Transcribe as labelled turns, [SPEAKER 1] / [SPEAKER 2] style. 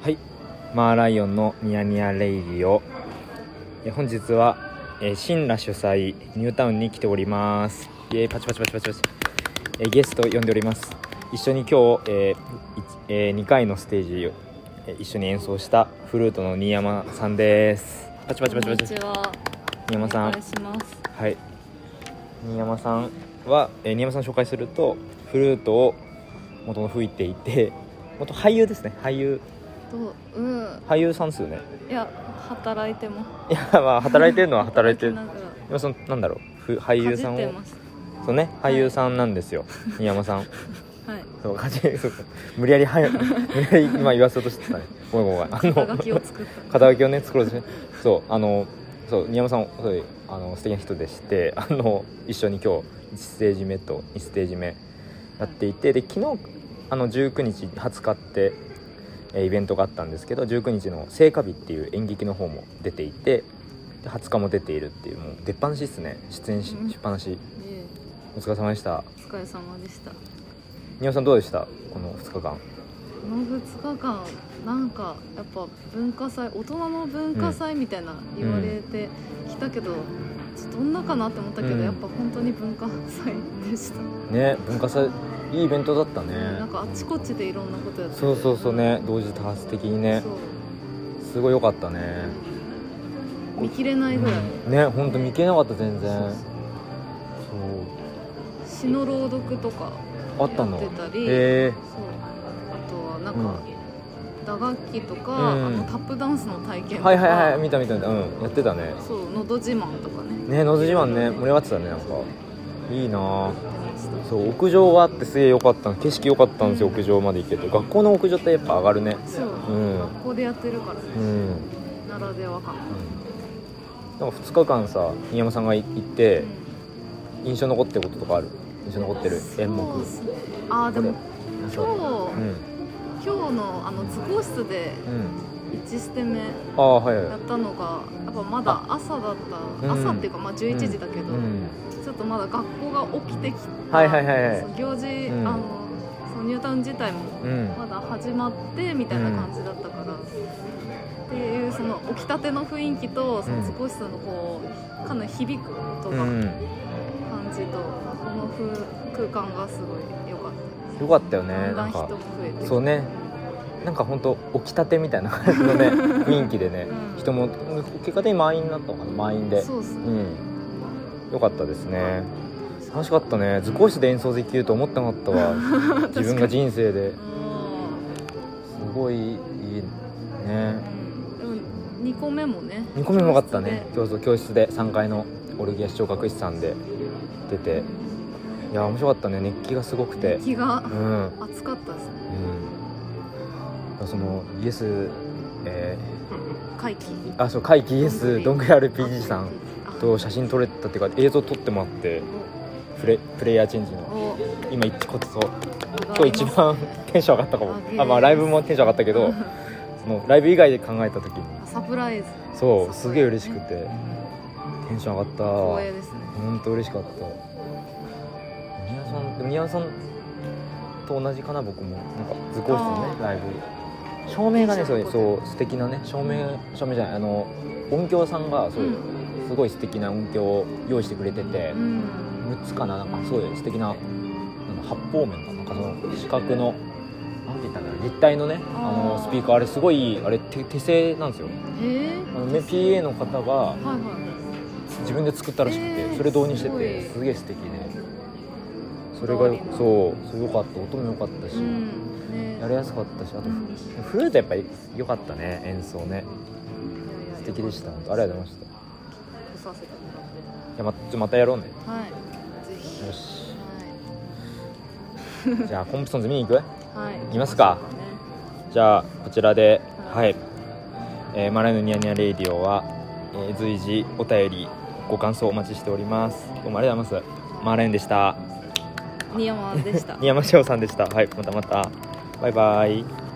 [SPEAKER 1] はい、マーライオンのニヤニヤレイディオえ本日は、えー、新羅主催ニュータウンに来ておりますイエーイパチパチパチパチパチ、えーゲストを呼んでおります一緒に今日、え2回のステージを、えー一緒に演奏したフルートの新山さんですパチパチ
[SPEAKER 2] こ
[SPEAKER 1] パ
[SPEAKER 2] ん
[SPEAKER 1] チパ
[SPEAKER 2] に
[SPEAKER 1] チ
[SPEAKER 2] ちは。
[SPEAKER 1] 新山さ
[SPEAKER 2] お
[SPEAKER 1] ん
[SPEAKER 2] 願いします。
[SPEAKER 1] はい新山さんは、えー新山さんを紹介するとフルートを元の吹いていて元俳優ですね俳優
[SPEAKER 2] と、うん、
[SPEAKER 1] 俳優さんですよね
[SPEAKER 2] いや、働いても。
[SPEAKER 1] いやまあ働いてるのは働いてる
[SPEAKER 2] なんかか
[SPEAKER 1] 今そのなんだろうふ俳
[SPEAKER 2] じ
[SPEAKER 1] 優
[SPEAKER 2] っ
[SPEAKER 1] さん
[SPEAKER 2] て
[SPEAKER 1] を
[SPEAKER 2] ます。
[SPEAKER 1] そうね俳優さんなんですよ新山さん
[SPEAKER 2] はい。
[SPEAKER 1] そうかじそうか無理やりはや無理やり今言わせようとしてたねごめんごめんあ
[SPEAKER 2] 肩
[SPEAKER 1] の
[SPEAKER 2] 書きを作った。
[SPEAKER 1] 肩書きをね作ろうとしてそうあのそう新山さんそういうあの素敵な人でしてあの一緒に今日1ステージ目と2ステージ目やっていてで昨日あの19日20日ってえーイベントがあったんですけど19日の「聖火日」っていう演劇の方も出ていてで20日も出ているっていうもう出っ放しですね出演し
[SPEAKER 2] うん
[SPEAKER 1] しっぱなし
[SPEAKER 2] え
[SPEAKER 1] お疲れ様でした
[SPEAKER 2] えお疲れ様でした。こ
[SPEAKER 1] 新山さんどうでしたこの2日間
[SPEAKER 2] の2日間、なんか、やっぱ文化祭、大人の文化祭みたいな言われてきたけど。ちょっとどんなかなって思ったけど、
[SPEAKER 1] うん
[SPEAKER 2] やっぱ本当に文化祭でした、
[SPEAKER 1] ね文化祭いいイベントだった
[SPEAKER 2] な
[SPEAKER 1] ね
[SPEAKER 2] んかあっちこっちでいろんなことやってて
[SPEAKER 1] そうそうそうね同時多発的にね
[SPEAKER 2] そう
[SPEAKER 1] すごい良かったね
[SPEAKER 2] 見切れないぐらい、
[SPEAKER 1] ね本当見切れなかった全然
[SPEAKER 2] そう
[SPEAKER 1] そ
[SPEAKER 2] そう
[SPEAKER 1] う
[SPEAKER 2] 詩の朗読とか
[SPEAKER 1] あったの
[SPEAKER 2] やってたり
[SPEAKER 1] え
[SPEAKER 2] そうあとはなん
[SPEAKER 1] う
[SPEAKER 2] か、打楽器とか、
[SPEAKER 1] うん
[SPEAKER 2] あのタップダンスの体験
[SPEAKER 1] ー
[SPEAKER 2] とか、
[SPEAKER 1] はいはいはい見た見た見たうんやってたね
[SPEAKER 2] そう「のど自慢」とかね
[SPEAKER 1] ねのど自慢ね盛り上がってたねなんかいいなあ
[SPEAKER 2] やってました
[SPEAKER 1] そう屋上はあってすげえ良かったの景色良かったんですよ
[SPEAKER 2] うん
[SPEAKER 1] 屋上まで行けて学校の屋上ってやっぱ上がるね
[SPEAKER 2] そう、
[SPEAKER 1] うん
[SPEAKER 2] 学校でやってるからね
[SPEAKER 1] うん、うん、
[SPEAKER 2] ならではかな、
[SPEAKER 1] でも2日間さ新山さんがい行って印象残ってることとかある印象残ってる演目
[SPEAKER 2] そうっすねああでも今日
[SPEAKER 1] うん
[SPEAKER 2] 今日のあの図工室で
[SPEAKER 1] うん
[SPEAKER 2] 1ステ目
[SPEAKER 1] ああはいは
[SPEAKER 2] や
[SPEAKER 1] い
[SPEAKER 2] ったのがやっぱまだ朝だった、
[SPEAKER 1] うん
[SPEAKER 2] 朝っていうかまあ11時だけど、
[SPEAKER 1] うん
[SPEAKER 2] ちょっとまだ学校が起きてきた、
[SPEAKER 1] はいはいはいはい
[SPEAKER 2] そう行事、
[SPEAKER 1] ん
[SPEAKER 2] あのそのニュータウン自体も
[SPEAKER 1] うん
[SPEAKER 2] まだ始まってみたいな感じだったから、っていうその起きたての雰囲気とその図工室のこうかなり響く音
[SPEAKER 1] う
[SPEAKER 2] が
[SPEAKER 1] ん
[SPEAKER 2] 感じと、この風空間がすごい良かったです
[SPEAKER 1] よかったよね
[SPEAKER 2] だんだ
[SPEAKER 1] なんん
[SPEAKER 2] 人
[SPEAKER 1] か
[SPEAKER 2] も増えてきて
[SPEAKER 1] そうねなんか本当起きたてみたいな感じ のね雰囲気でね
[SPEAKER 2] うん
[SPEAKER 1] 人も結果的に満員になったのかな満員で
[SPEAKER 2] そうっすね、
[SPEAKER 1] うん、よかったですね楽しかったね図工室で演奏できると思ってなかった わ自分が人生で
[SPEAKER 2] う
[SPEAKER 1] すごいいいね
[SPEAKER 2] んでも2個目もね
[SPEAKER 1] 2個目もよかったね教室教室で3階のオルギア視聴覚室さんで出ていや面白かったね熱気がすごくて
[SPEAKER 2] 気が
[SPEAKER 1] うん、うん、
[SPEAKER 2] 熱かったですね
[SPEAKER 1] そのイエスえ
[SPEAKER 2] 回帰
[SPEAKER 1] ー、あそう怪奇イエスドングラ RPG さん
[SPEAKER 2] あ
[SPEAKER 1] と写真撮れたっていうか映像撮ってもらってプレプレイヤーチェンジの
[SPEAKER 2] お
[SPEAKER 1] 今一こっちそう
[SPEAKER 2] 今
[SPEAKER 1] 今日一番テンション上がったかもあまあライブもテンション上がったけ どそのライブ以外で考えた時に
[SPEAKER 2] サプライズ
[SPEAKER 1] そう
[SPEAKER 2] そ
[SPEAKER 1] す
[SPEAKER 2] う
[SPEAKER 1] げえ
[SPEAKER 2] だよね
[SPEAKER 1] 嬉しくてテンション上がった
[SPEAKER 2] 光栄ですね
[SPEAKER 1] 本当嬉しかった宮さんでも宮さんと同じかな僕もなんか図工室のね
[SPEAKER 2] あー
[SPEAKER 1] ライブ照明がね
[SPEAKER 2] テンシ
[SPEAKER 1] そ
[SPEAKER 2] ョン
[SPEAKER 1] う
[SPEAKER 2] 上がった
[SPEAKER 1] そう素敵なね照明照明じゃないあの音響さんがそう、
[SPEAKER 2] ん
[SPEAKER 1] すごい素敵な音響を用意してくれてて、
[SPEAKER 2] うん
[SPEAKER 1] 6つかななんかすごい素敵ななんか八方面かななんかその四角のなんて言ったんだろう立体のねあ
[SPEAKER 2] あー
[SPEAKER 1] のスピーカーあれすごいあれ手手製なんですよ
[SPEAKER 2] へえ
[SPEAKER 1] あの、ね、PA の方が
[SPEAKER 2] はいはい
[SPEAKER 1] 自分で作ったらしくて、
[SPEAKER 2] えー
[SPEAKER 1] それ導入して
[SPEAKER 2] すごい
[SPEAKER 1] てすげえ素敵で、それ
[SPEAKER 2] こだわ
[SPEAKER 1] が
[SPEAKER 2] り
[SPEAKER 1] そ
[SPEAKER 2] の
[SPEAKER 1] うそれ良かった音も良かったし、
[SPEAKER 2] うんね
[SPEAKER 1] やりやすかったしあと
[SPEAKER 2] うん
[SPEAKER 1] フルートやっぱり良かったね演奏ね素敵でした本当ありがとうございました
[SPEAKER 2] した来させてもらっ
[SPEAKER 1] いやまちょまたやろうね
[SPEAKER 2] てはいぜひ
[SPEAKER 1] よし
[SPEAKER 2] は
[SPEAKER 1] じゃあコンプソンズ見に行く
[SPEAKER 2] いはい
[SPEAKER 1] 行きますか
[SPEAKER 2] ね
[SPEAKER 1] じゃあこちらで、は、
[SPEAKER 2] はい
[SPEAKER 1] えーマライのニヤニヤレイディオは、えー随時お便りご感想お待ちしております。どうもありがとうございます。マラインでした。
[SPEAKER 2] 新山でした
[SPEAKER 1] 新山翔さんでした。はい、またまた。バイバイ。